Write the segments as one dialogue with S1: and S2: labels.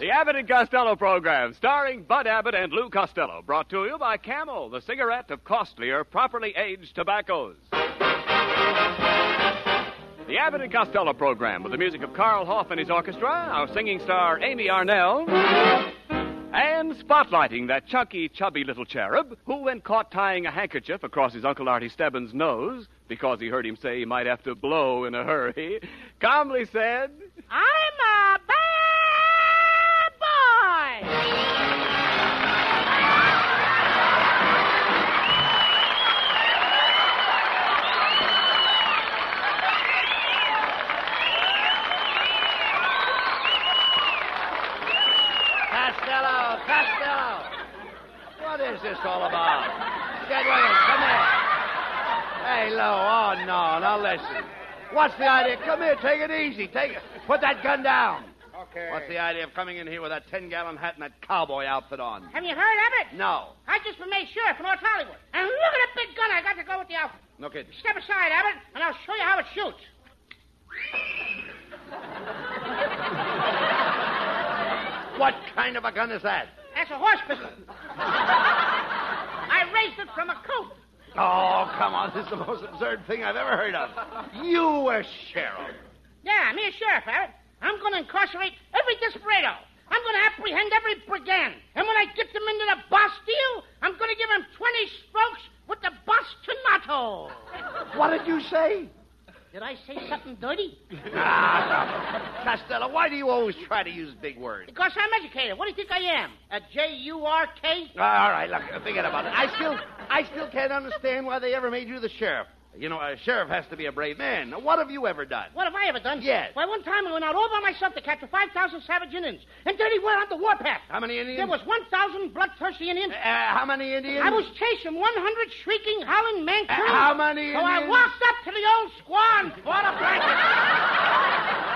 S1: E
S2: Abbott and Costello program, starring Bud Abbott and Lou Costello, brought to you by Camel, the cigarette of costlier, properly aged tobaccos. The Abbott and Costello program, with the music of Carl Hoff and his orchestra, our singing star Amy Arnell, and spotlighting that chunky, chubby little cherub who, when caught tying a handkerchief across his Uncle Artie Stebbins' nose because he heard him say he might have to blow in a hurry, calmly said,
S1: I'm a bad boy. Costello, Costello. What is this all about? Get ready, come here. Hey, Lou, oh, no, now listen. What's the idea? Come here, take it easy. Take it. Put that gun down.
S3: Okay.
S1: What's the idea of coming in here with that 10 gallon hat and that cowboy outfit on?
S4: Have you heard of it?
S1: No.
S4: I just been made sheriff in North Hollywood. And look at that big gun I got to go with the outfit.
S1: No kidding.
S4: Step aside, Abbott, and I'll show you how it shoots.
S1: What kind of a gun is that?
S4: That's a horse pistol. I raised it from a coat.
S1: Oh, come on. This is the most absurd thing I've ever heard of. You were sheriff.
S4: Yeah, me a sheriff, Abbott. I'm going to incarcerate every desperado. I'm going to apprehend every brigand. And when I get them into the Bastille, I'm going to give them 20 strokes with the bastonado.
S1: What did you say?
S4: Did I say something dirty?
S1: Ah, Costello, why do you always try to use big words?
S4: Because I'm educated. What do you think I am? A J-U-R-K?
S1: Ah, All right, look, forget about it. I still, I still can't understand why they ever made you the sheriff. You know, a sheriff has to be a brave man. Now, what have you ever done?
S4: What have I ever done?
S1: Yes.
S4: Why, one time I went out all by myself to capture 5,000 savage Indians. And then he went on the warpath.
S1: How many Indians?
S4: There was 1,000 bloodthirsty Indians.
S1: Uh, how many Indians?
S4: I was chasing 100 shrieking, howling men.
S1: Uh, how many
S4: So I
S1: Indians?
S4: walked up to the old squaw and bought a blanket.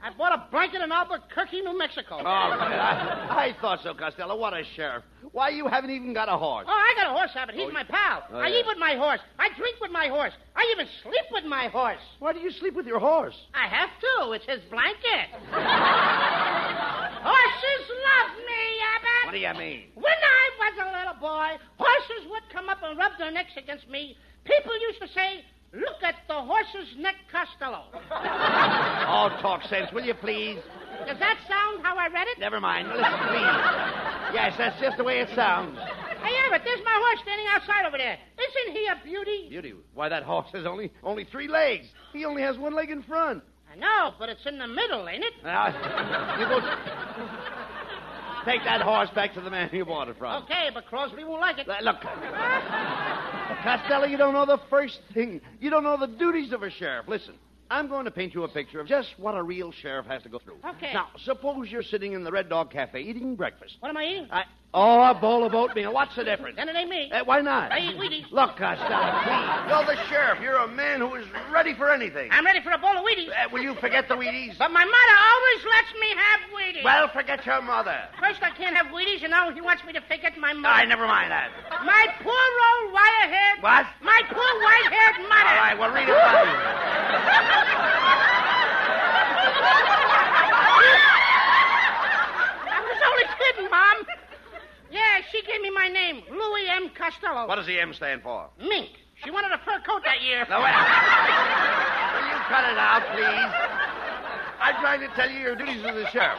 S4: I bought a blanket in Albuquerque, New Mexico.
S1: Oh, I, I thought so, Costello. What a sheriff. Why, you haven't even got a horse.
S4: Oh, I got a horse, Abbott. He's my pal.
S1: Oh,
S4: I
S1: yeah.
S4: eat with my horse. I drink with my horse. I even sleep with my horse.
S1: Why do you sleep with your horse?
S4: I have to. It's his blanket. horses love me, Abbott.
S1: What do you mean?
S4: When I was a little boy, horses would come up and rub their necks against me. People used to say, Look at the horse's neck, Costello.
S1: Oh, talk sense, will you please?
S4: Does that sound how I read it?
S1: Never mind. Listen, please. Yes, that's just the way it sounds.
S4: Hey, Abbott, there's my horse standing outside over there. Isn't he a beauty?
S1: Beauty, why that horse has only only three legs. He only has one leg in front.
S4: I know, but it's in the middle, ain't it?
S1: Now, you go take that horse back to the man you bought it from.
S4: Okay, but Crosby won't like it.
S1: L- Look, Costello, you don't know the first thing. You don't know the duties of a sheriff. Listen, I'm going to paint you a picture of just what a real sheriff has to go through.
S4: Okay.
S1: Now, suppose you're sitting in the Red Dog Cafe eating breakfast.
S4: What am I eating?
S1: I, oh, a bowl of oatmeal. What's the difference?
S4: Then it ain't me.
S1: Eh, why not?
S4: I eat Wheaties.
S1: Look, Costello, please. You're the sheriff. You're a man who is ready for anything.
S4: I'm ready for a bowl of Wheaties.
S1: Eh, will you forget the Wheaties?
S4: But my mother always lets me have Wheaties.
S1: Well, forget your mother.
S4: First, I can't have Wheaties, and now he wants me to forget my mother.
S1: I never mind that.
S4: My poor old wire-haired...
S1: What?
S4: My poor white-haired mother.
S1: All right, well, read it by
S4: I was only kidding, Mom. Yeah, she gave me my name, Louis M. Costello.
S1: What does the M stand for?
S4: Mink. She wanted a fur coat that year.
S1: Now, wait. Will you cut it out, please? I'm trying to tell you your duties as a sheriff.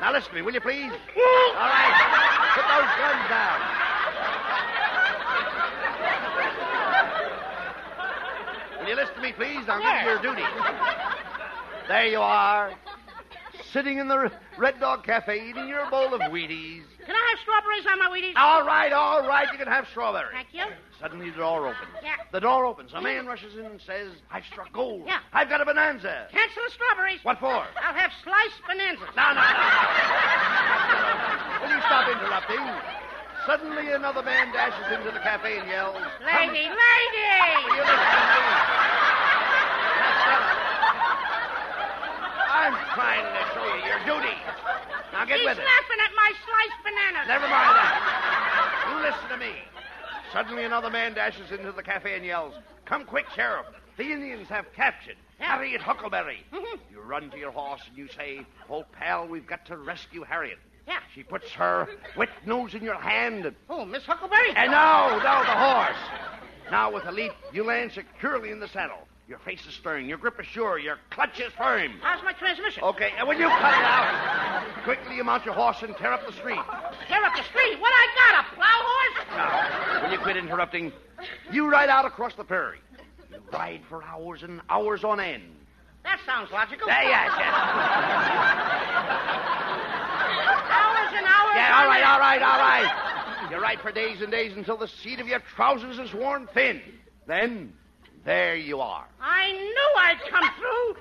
S1: Now, listen to me, will you, please? All right, put those guns down. Will you listen to me, please? I'll give you your duty. There you are, sitting in the Red Dog Cafe eating your bowl of Wheaties.
S4: Can I have strawberries on my Wheaties?
S1: All right, all right, you can have strawberry.
S4: Thank you.
S1: Suddenly the door opens.
S4: Yeah.
S1: The door opens. A man rushes in and says, I've struck gold.
S4: Yeah.
S1: I've got a bonanza.
S4: Cancel the strawberries.
S1: What for?
S4: I'll have sliced bonanzas.
S1: No, no, no. Will you stop interrupting? Suddenly another man dashes into the cafe and yells, "Come-
S4: Lady, lady!
S1: You listen to me. I'm trying to show you your duty. Now get
S4: He's
S1: with it.
S4: laughing at my sliced bananas.
S1: Never mind that. You listen to me. Suddenly, another man dashes into the cafe and yells, Come quick, Sheriff. The Indians have captured
S5: Harriet Huckleberry.
S4: Mhm.
S5: You run to your horse and you say, Oh, pal, we've got to rescue Harriet.
S4: Yeah.
S5: She puts her wet nose in your hand. And
S4: Who, Miss Huckleberry?
S5: and no, no, the horse. Now, with a leap, you land securely in the saddle. Your face is stern, your grip is sure, your clutch is firm.
S4: How's my transmission?
S5: Okay, and when you cut it out, quickly you mount your horse and tear up the street.
S4: Tear up the street. What I got, a plow horse?
S5: Now, will you quit interrupting? You ride out across the prairie. You ride for hours and hours on end.
S4: That sounds logical.
S5: Yeah, yes, yes.
S4: Hours and hours.
S5: Yeah, all
S4: on
S5: right,
S4: end.
S5: all right, all right. You ride for days and days until the seat of your trousers is worn thin. Then, there you are.
S4: I knew I'd come through.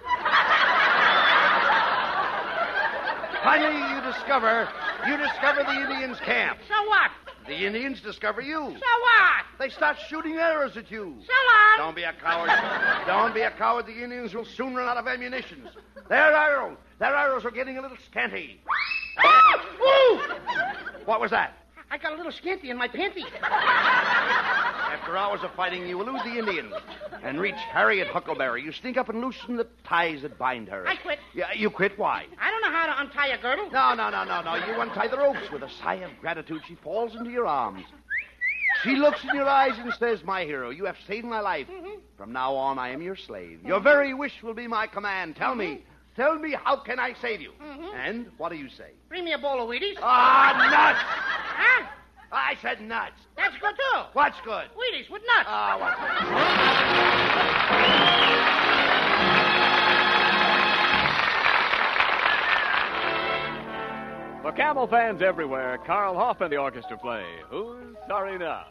S5: Finally, you discover, you discover the Indians' camp.
S4: So what?
S5: The Indians discover you.
S4: So what?
S5: They start shooting arrows at you.
S4: So what?
S5: Don't be a coward. Don't be a coward. The Indians will soon run out of ammunition. Their arrows, their arrows are getting a little scanty. What was that?
S4: I got a little scanty in my panty.
S5: After hours of fighting, you elude the Indians and reach Harriet Huckleberry. You sneak up and loosen the ties that bind her.
S4: I quit.
S5: Yeah, you quit. Why?
S4: I don't know how to untie a girdle.
S5: No, no, no, no, no. You untie the ropes. With a sigh of gratitude, she falls into your arms. She looks in your eyes and says, My hero, you have saved my life. From now on, I am your slave. Your very wish will be my command. Tell me, tell me, how can I save you? And what do you say?
S4: Bring me a bowl of Wheaties.
S5: Ah, nuts!
S4: Huh?
S5: I said nuts.
S4: That's good, too.
S5: What's good?
S4: Wheaties with nuts.
S5: Ah, what's good?
S1: For Camel fans everywhere, Carl Hoff and the orchestra play Who's Sorry Now?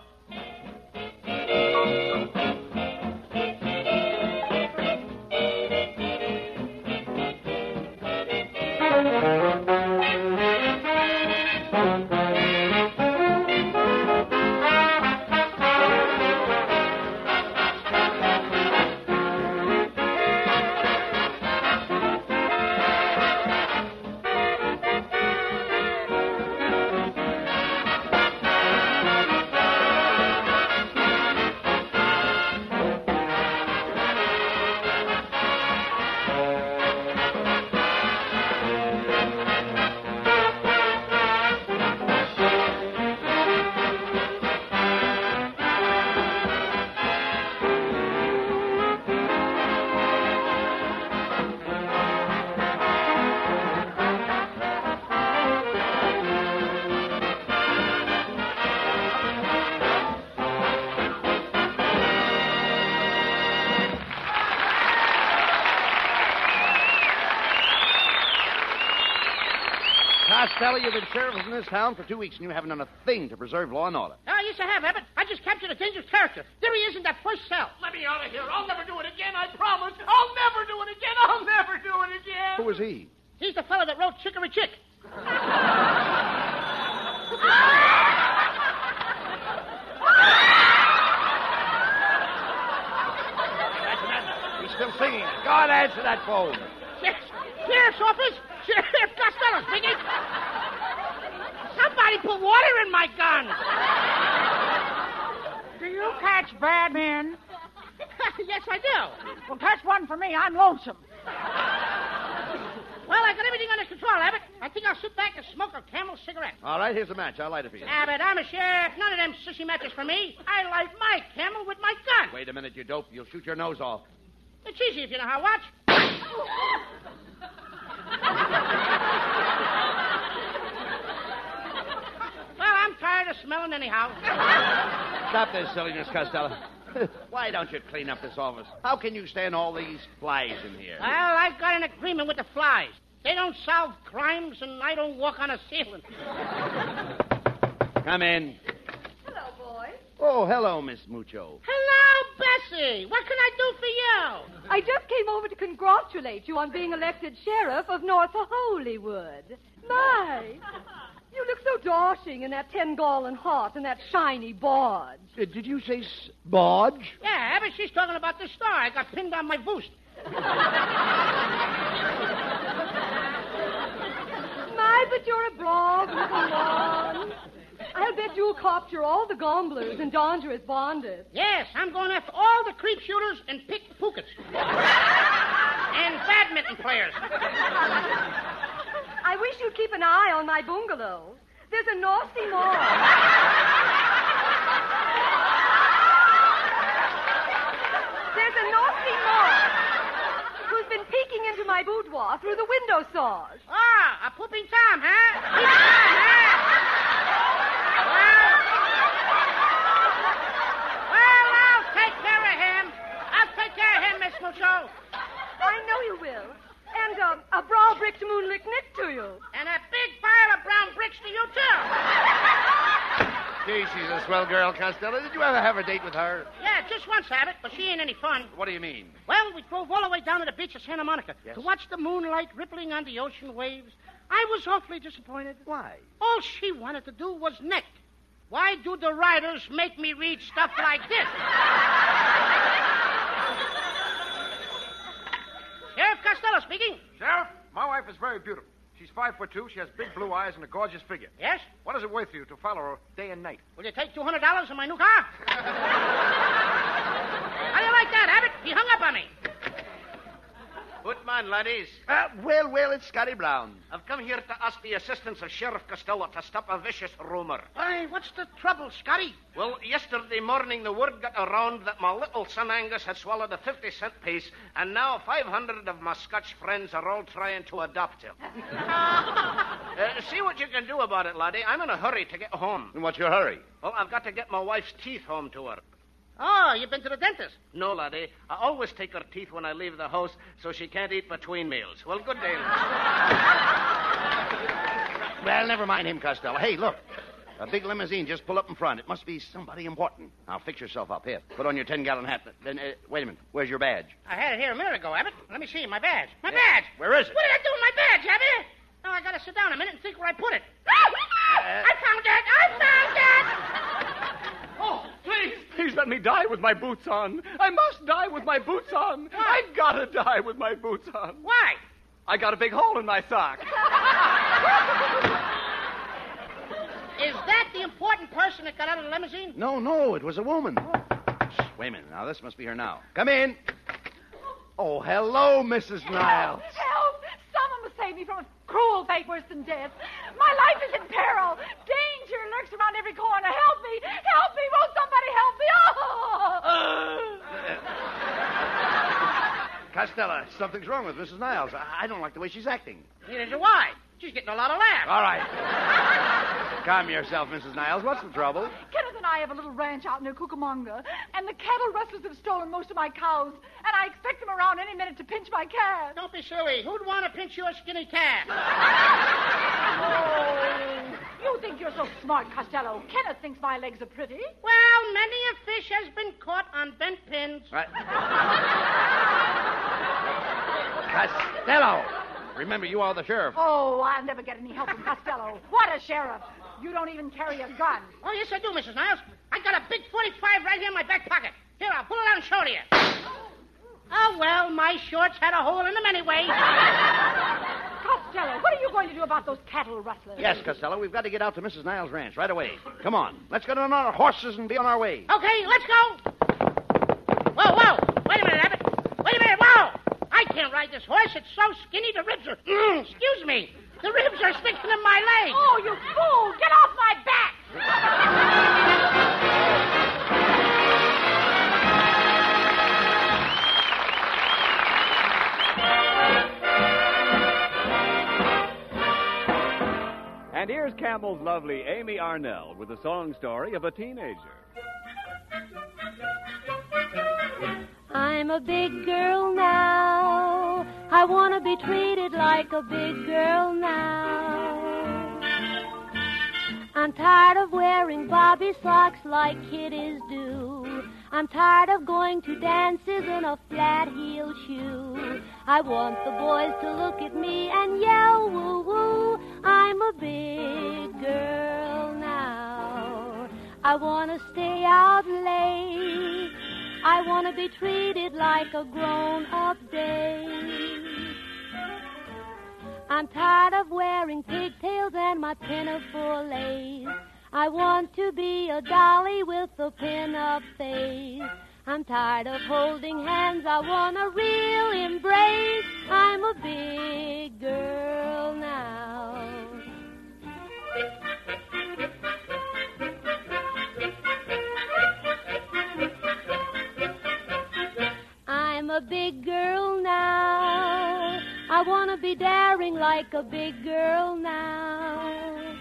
S5: Costello, you've been sheriff in this town for two weeks, and you haven't done a thing to preserve law and order.
S4: Oh, yes, I have, Abbott. I just captured a dangerous character. There he is in that first cell.
S3: Let me out of here. I'll never do it again. I promise. I'll never do it again. I'll never do it again.
S5: Who is he?
S4: He's the fellow that wrote Chickory Chick.
S5: He's still singing. God, answer that phone.
S4: Sheriff's, sheriff's office? Sheriff Costello speaking. Somebody put water in my gun.
S6: Do you catch bad men?
S4: yes, I do.
S6: Well, catch one for me. I'm lonesome.
S4: Well, I got everything under control, Abbott. I think I'll sit back and smoke a camel cigarette.
S5: All right, here's the match. I'll light it for you.
S4: Abbott, I'm a sheriff. None of them sissy matches for me. I light my camel with my gun.
S5: Wait a minute, you dope. You'll shoot your nose off.
S4: It's easy if you know how. Watch. well, I'm tired of smelling anyhow.
S5: Stop this silliness, Costello. Why don't you clean up this office? How can you stand all these flies in here?
S4: Well, I've got an agreement with the flies. They don't solve crimes, and I don't walk on a ceiling.
S5: Come in.
S7: Hello, boys.
S5: Oh, hello, Miss Mucho.
S4: Hello, Bessie. What can I do for you?
S7: I just came over to congratulate you on being elected sheriff of North Hollywood. My, you look so dashing in that ten gallon hat and that shiny bodge.
S5: Uh, did you say s- bodge?
S4: Yeah, Abby, she's talking about the star. I got pinned on my boost.
S7: My, but you're a blog little lawn. I'll bet you'll capture all the gomblers and dangerous bonders.
S4: Yes, I'm going after all the creep shooters and pick pockets. and badminton players.
S7: I wish you'd keep an eye on my bungalow. There's a nasty moth. There's a nasty moth who's been peeking into my boudoir through the window saws.
S4: Ah, a pooping Tom, huh? Pooping Tom, huh? Well, well, I'll take care of him. I'll take care of him, Miss Musso.
S7: I know you will. And uh, a brow bricked moonlick nick to you.
S4: And a big pile of brown bricks to you, too.
S5: Gee, she's a swell girl, Costello. Did you ever have a date with her?
S4: Yeah, just once, Abbott, but she ain't any fun.
S5: What do you mean?
S4: Well, we drove all the way down to the beach of Santa Monica
S5: Yes.
S4: to watch the moonlight rippling on the ocean waves. I was awfully disappointed.
S5: Why?
S4: All she wanted to do was neck. Why do the writers make me read stuff like this? Sheriff Costello speaking.
S8: Sheriff, my wife is very beautiful. She's five foot two. She has big blue eyes and a gorgeous figure.
S4: Yes?
S8: What is it worth to you to follow her day and night?
S4: Will you take $200 on my new car? How do you like that, Abbott? He hung up on me.
S9: Good man, laddies.
S5: Uh, well, well, it's Scotty Brown.
S9: I've come here to ask the assistance of Sheriff Costello to stop a vicious rumor.
S4: Why, what's the trouble, Scotty?
S9: Well, yesterday morning the word got around that my little son Angus had swallowed a 50 cent piece, and now 500 of my Scotch friends are all trying to adopt him. Uh, see what you can do about it, laddie. I'm in a hurry to get home.
S5: And what's your hurry?
S9: Well, I've got to get my wife's teeth home to her.
S4: Oh, you've been to the dentist.
S9: No, laddie. I always take her teeth when I leave the house so she can't eat between meals. Well, good day. lads.
S5: Well, never mind him, Costello. Hey, look. A big limousine just pulled up in front. It must be somebody important. Now, fix yourself up here. Put on your 10 gallon hat. Then, uh, wait a minute. Where's your badge?
S4: I had it here a minute ago, Abbott. Let me see my badge. My
S5: Yeah.
S4: badge.
S5: Where is it?
S4: What did I do with my badge, Abbott? Now I gotta sit down a minute and think where I put it. Uh, I found it. I found it.
S1: Oh, please, please let me die with my boots on. I must die with my boots on. I've got to die with my boots on.
S4: Why?
S1: I got a big hole in my sock.
S4: Is that the important person that got out of the limousine?
S5: No, no, it was a woman. Shh, Wait a minute. Now, this must be her now. Come in. Oh, hello, Mrs. Niles.
S6: Help! Someone must save me from a cruel fate worse than death. My life is in peril. Danger lurks around every corner. Help me! Help me! Won't somebody help me? Oh!
S5: Costello, something's wrong with Mrs. Niles. I, I don't like the way she's acting.
S4: Neither do I. She's getting a lot of laughs.
S5: All right. Calm yourself, Mrs. Niles. What's the trouble?
S6: Kenneth and I have a little ranch out near Cucamonga, and the cattle rustlers have stolen most of my cows, and I expect them around any minute to pinch my calves.
S4: Don't be silly. Who'd want to pinch your skinny calf?
S6: Oh, you think you're so smart, Costello. Kenneth thinks my legs are pretty.
S4: Well, many a fish has been caught on bent pins.
S5: Right. Costello! Remember, you are the sheriff.
S6: Oh, I'll never get any help from Costello. What a sheriff. You don't even carry a gun.
S4: Oh, yes, I do, Mrs. Niles. I got a big 45 right here in my back pocket. Here, I'll pull it out and show it to you. Oh, well, my shorts had a hole in them anyway.
S6: Costello, what are you going to do about those cattle rustlers?
S5: Yes, Costello, we've got to get out to Mrs. Niles' ranch right away. Come on. Let's get on our horses and be on our way.
S4: Okay, let's go. Whoa, whoa. Wait a minute, Abbott. Wait a minute. Whoa. I can't ride this horse. It's so skinny, the ribs are. Mm, excuse me. The ribs are sticking in my leg.
S6: Oh, you fool! Get off my back!
S1: And here's Campbell's lovely Amy Arnell with the song story of a teenager.
S7: I'm a big girl now. I want to be treated like a big girl now. I'm tired of wearing Bobby socks like kiddies do. I'm tired of going to dances in a flat heel shoe. I want the boys to look at me and yell woo woo. I'm a big girl now. I want to stay out late. I want to be treated like a grown up dame. I'm tired of wearing pigtails and my pinafore lace. I want to be a dolly with a pin-up face. I'm tired of holding hands. I want a real embrace. I'm a big girl now. I'm a big girl now. I want to be daring like a big girl now.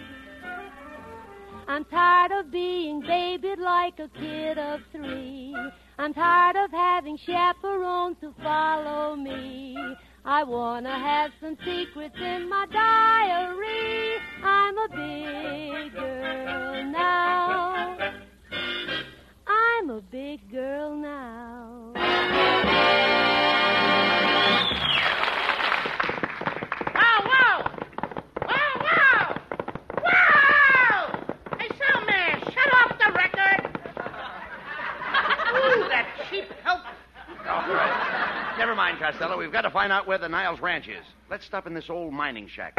S7: I'm tired of being babied like a kid of three. I'm tired of having chaperones to follow me. I want to have some secrets in my diary. I'm a big girl now. I'm a big girl now.
S4: Wow, wow! Wow, wow! Wow! Hey, sound man, shut off the record! Ooh, that cheap help.
S5: All right. Never mind, Costello. We've got to find out where the Niles Ranch is. Let's stop in this old mining shack.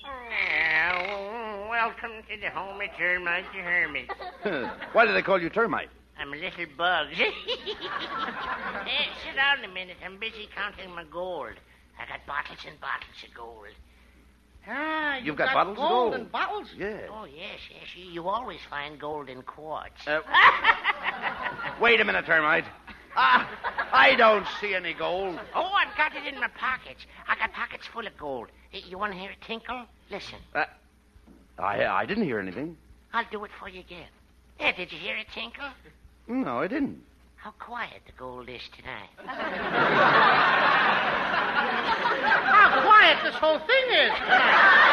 S4: Well, welcome to the home of Termite the Hermit.
S5: Why do they call you termite?
S4: I'm a little bugged. hey, sit down a minute. I'm busy counting my gold. I got bottles and bottles of gold. Ah,
S5: You've got bottles of gold?
S4: and bottles?
S5: Yeah.
S4: Oh, yes, yes. You, you always find gold in quartz.
S5: Uh, wait a minute, termite. Ah, I don't see any gold.
S4: oh, I've got it in my pockets. I got pockets full of gold. Hey, You want to hear it tinkle? Listen,
S5: Uh, I I didn't hear anything.
S4: I'll do it for you again. Hey, did you hear it tinkle?
S5: No, I didn't.
S4: How quiet the gold is tonight. How quiet this whole thing is tonight.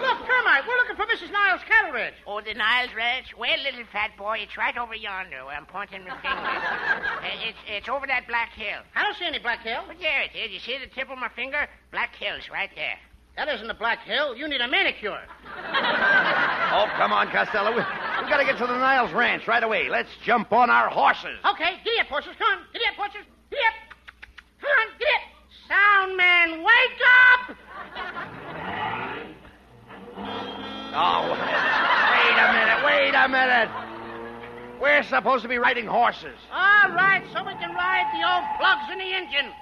S4: Look, Termite, we're looking for Mrs. Niles Cattle Ranch.
S3: Oh, the Niles Ranch? Well, little fat boy, it's right over yonder where I'm pointing my finger. Uh, it's, it's over that black hill.
S4: I don't see any Black Hill.
S3: But there it is. You see the tip of my finger? Black hill's right there.
S4: That isn't a Black Hill. You need a manicure.
S5: Oh, come on, Costello. We, have got to get to the Niles Ranch right away. Let's jump on our horses.
S4: Okay, giddy up, horses. Come on, giddy up, horses. Giddy up. Come on, giddy up. Sound man, wake up!
S5: Oh, wait a minute. Wait a minute. We're supposed to be riding horses.
S4: All right, so we can ride the old plugs in the engine.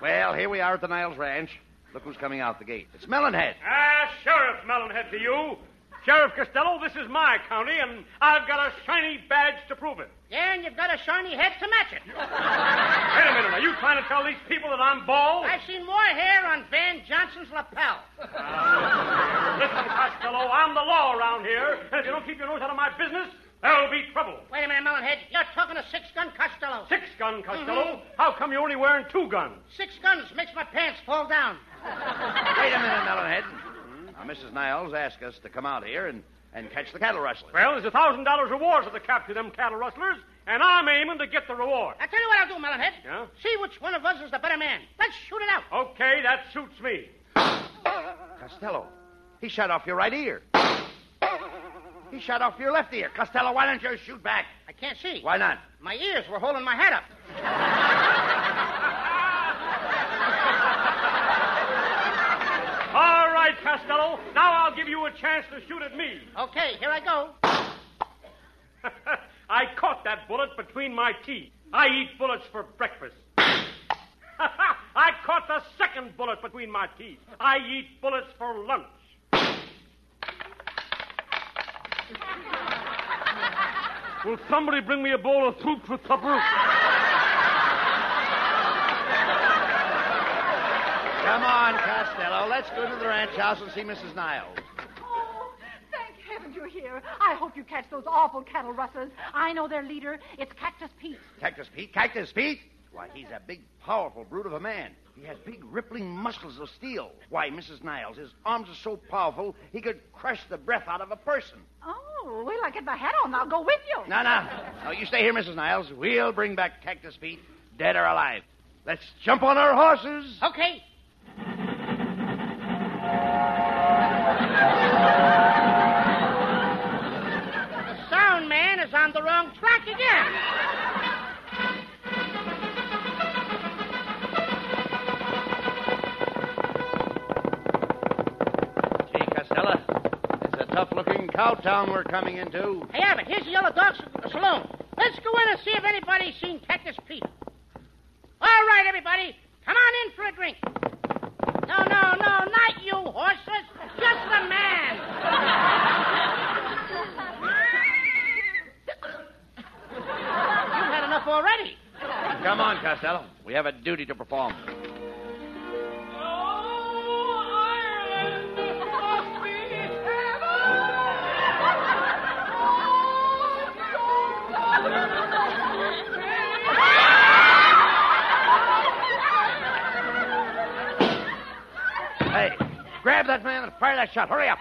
S5: Well, here we are at the Niles Ranch. Look who's coming out the gate. It's Melonhead.
S10: Ah, Sheriff Melonhead to you. Sheriff Costello, this is my county, and I've got a shiny badge to prove it.
S4: Yeah, and you've got a shiny head to match it.
S10: Wait a minute, are you trying to tell these people that I'm bald?
S4: I've seen more hair on Van Johnson's lapel.
S10: Listen, Costello, I'm the law around here, and if you don't keep your nose out of my business, there'll be trouble.
S4: Wait a minute, Melonhead. You're talking a six-gun Costello.
S10: Six gun, Costello. How come you're only wearing two guns?
S4: Six guns makes my pants fall down.
S5: Wait a minute, Melonhead. Now, Mrs. Niles asked us to come out here and, and catch the cattle rustler.
S10: Well, there's a thousand dollars reward for the capture of them cattle rustlers, and I'm aiming to get the reward.
S4: I tell you what I'll do, Melonhead.
S10: Yeah?
S4: See which one of us is the better man. Let's shoot it out.
S10: Okay, that suits me.
S5: Costello, he shot off your right ear. He shot off your left ear. Costello, why don't you shoot back?
S4: I can't see.
S5: Why not?
S4: My ears were holding my head up.
S10: All right, Costello, now I'll give you a chance to shoot at me.
S4: Okay, here I go.
S10: I caught that bullet between my teeth. I eat bullets for breakfast. I caught the second bullet between my teeth. I eat bullets for lunch. Will somebody bring me a bowl of soup for supper?
S5: Come on, Costello. Let's go to the ranch house and see Mrs. Niles.
S6: Oh, thank heaven you're here. I hope you catch those awful cattle rustlers. I know their leader. It's Cactus Pete.
S5: Cactus Pete? Cactus Pete? Why, he's a big, powerful brute of a man. He has big, rippling muscles of steel. Why, Mrs. Niles, his arms are so powerful he could crush the breath out of a person.
S6: Oh, wait till I get my hat on. I'll go with you.
S5: No, no. No, you stay here, Mrs. Niles. We'll bring back Cactus Pete, dead or alive. Let's jump on our horses.
S4: Okay. the sound man is on the wrong track again.
S5: Gee, Costello, it's a tough-looking cow town we're coming into.
S4: Hey, Abbott, here's the Yellow Dog s- Saloon. Let's go in and see if anybody's seen Cactus Pete. All right, everybody, come on in for a drink. No, no, no, not you horses, just the man. You've had enough already.
S5: Come on, Costello. We have a duty to perform. Hey, grab that man and fire that shot. Hurry up.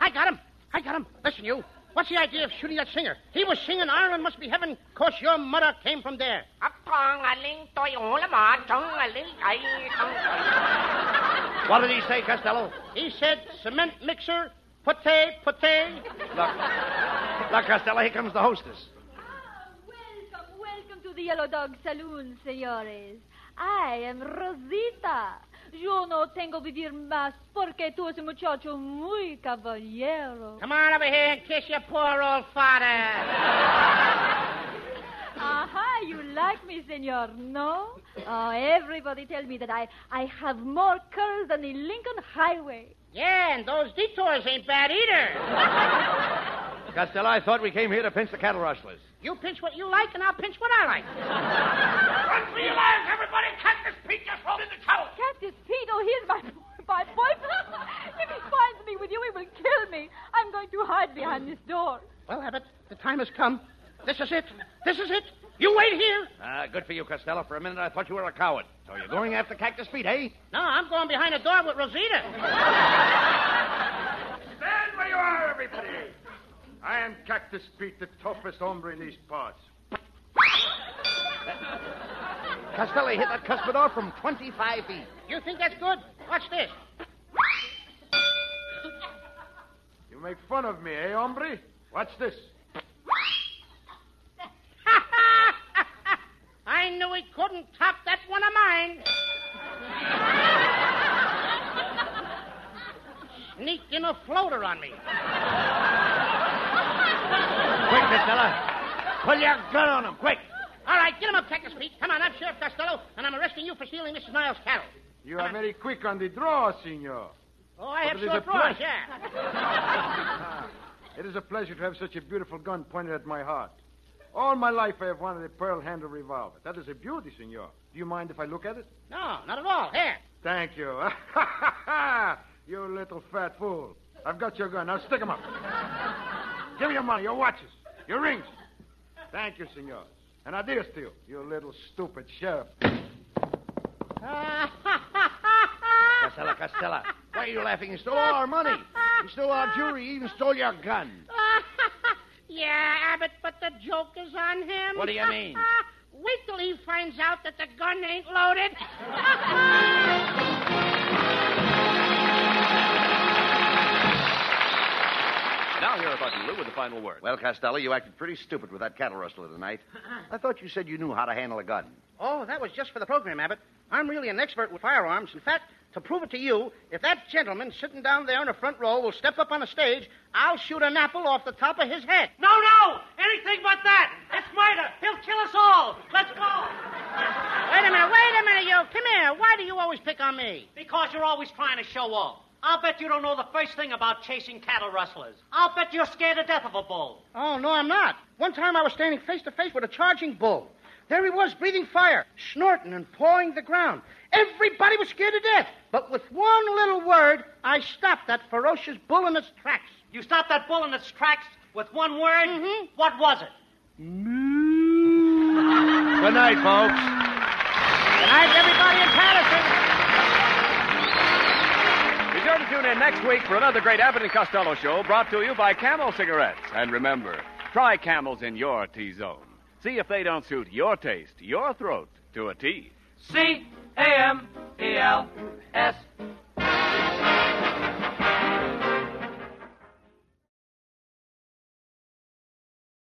S4: I got him. I got him. Listen, you. What's the idea of shooting that singer? He was singing Ireland Must Be Heaven, 'cause your mother came from there.
S11: Up tong a ling toy hula ma tong a ling kai tong.
S5: What did he say, Costello?
S4: He said, cement mixer, putty, putty.
S5: Look. Look, Costello, here comes the hostess.
S6: Ah, Welcome, welcome to the Yellow Dog Saloon, señores. I am Rosita. Yo no tengo vivir más porque tú eres un muchacho muy caballero.
S4: Come on over here and kiss your poor old father.
S6: Aha, you like me, senor, no? Oh, everybody tell me that I, I have more curls than the Lincoln Highway.
S4: Yeah, and those detours ain't bad either.
S5: Costello, I thought we came here to pinch the cattle rustlers.
S4: You pinch what you like, and I'll pinch what I like.
S12: Run for your lives, everybody! Cactus Pete just rolled into town!
S6: Cactus Pete, oh, here's my, my boyfriend. if he finds me with you, he will kill me. I'm going to hide behind this door.
S4: Well, Abbott, the time has come. This is it. This is it. You wait here.
S5: Ah, good for you, Costello. For a minute, I thought you were a coward. So you're going after Cactus Pete, eh?
S4: No, I'm going behind the door with Rosita.
S8: Stand where you are, everybody. I am Cactus Pete, the toughest hombre in these parts.
S5: Costello hit that cuspid off from 25 feet.
S4: You think that's good? Watch this.
S8: You make fun of me, eh, hombre? Watch this.
S4: I knew he couldn't top that one of mine. Sneaked in a floater on me.
S5: Quick, Costello. Pull your gun on him, quick.
S4: All right, get him up, Cactus Pete. Come on, I'm Sheriff Costello, and I'm arresting you for stealing Mrs. Niles' cattle.
S8: You are very quick on the draw, senor.
S4: Oh, I have
S8: But it is
S4: short
S8: a
S4: drawers,
S8: plant.
S4: yeah.
S8: It is a pleasure to have such a beautiful gun pointed at my heart. All my life I have wanted a pearl-handled revolver. That is a beauty, senor. Do you mind if I look at it?
S4: No, not at all. Here.
S8: Thank you. you little fat fool. I've got your gun. Now stick 'em up. Give me your money, your watches, your rings. Thank you, senor. And adios to you, you little stupid sheriff.
S5: Costello, Costello. Why are you laughing? You stole all our money. You stole our jewelry. You even stole your gun.
S4: yeah, Abbott, but the joke is on him.
S5: What do you mean?
S4: Wait till he finds out that the gun ain't loaded.
S1: Now here are Bud and Lou with the final word.
S5: Well, Costello, you acted pretty stupid with that cattle rustler tonight. I thought you said you knew how to handle a gun.
S4: oh, that was just for the program, Abbott. I'm really an expert with firearms. In fact, to prove it to you, if that gentleman sitting down there in the front row will step up on the stage, I'll shoot an apple off the top of his head.
S13: No, no! Anything but that! It's murder! He'll kill us all! Let's go!
S4: Wait a minute, wait a minute, you. Come here. Why do you always pick on me?
S13: Because you're always trying to show off. I'll bet you don't know the first thing about chasing cattle rustlers. I'll bet you're scared to death of a bull.
S4: Oh, no, I'm not. One time I was standing face to face with a charging bull. There he was, breathing fire, snorting and pawing the ground. Everybody was scared to death. But with one little word, I stopped that ferocious bull in its tracks.
S13: You stopped that bull in its tracks with one word?
S4: Mhm.
S13: What was it?
S5: Good night, folks.
S4: Good night, everybody in Patterson.
S1: Be sure to tune in next week for another great Abbott and Costello show brought to you by Camel Cigarettes. And remember, try Camels in your T zone. See if they don't suit your taste, your throat, to a T.
S14: C A M E L S.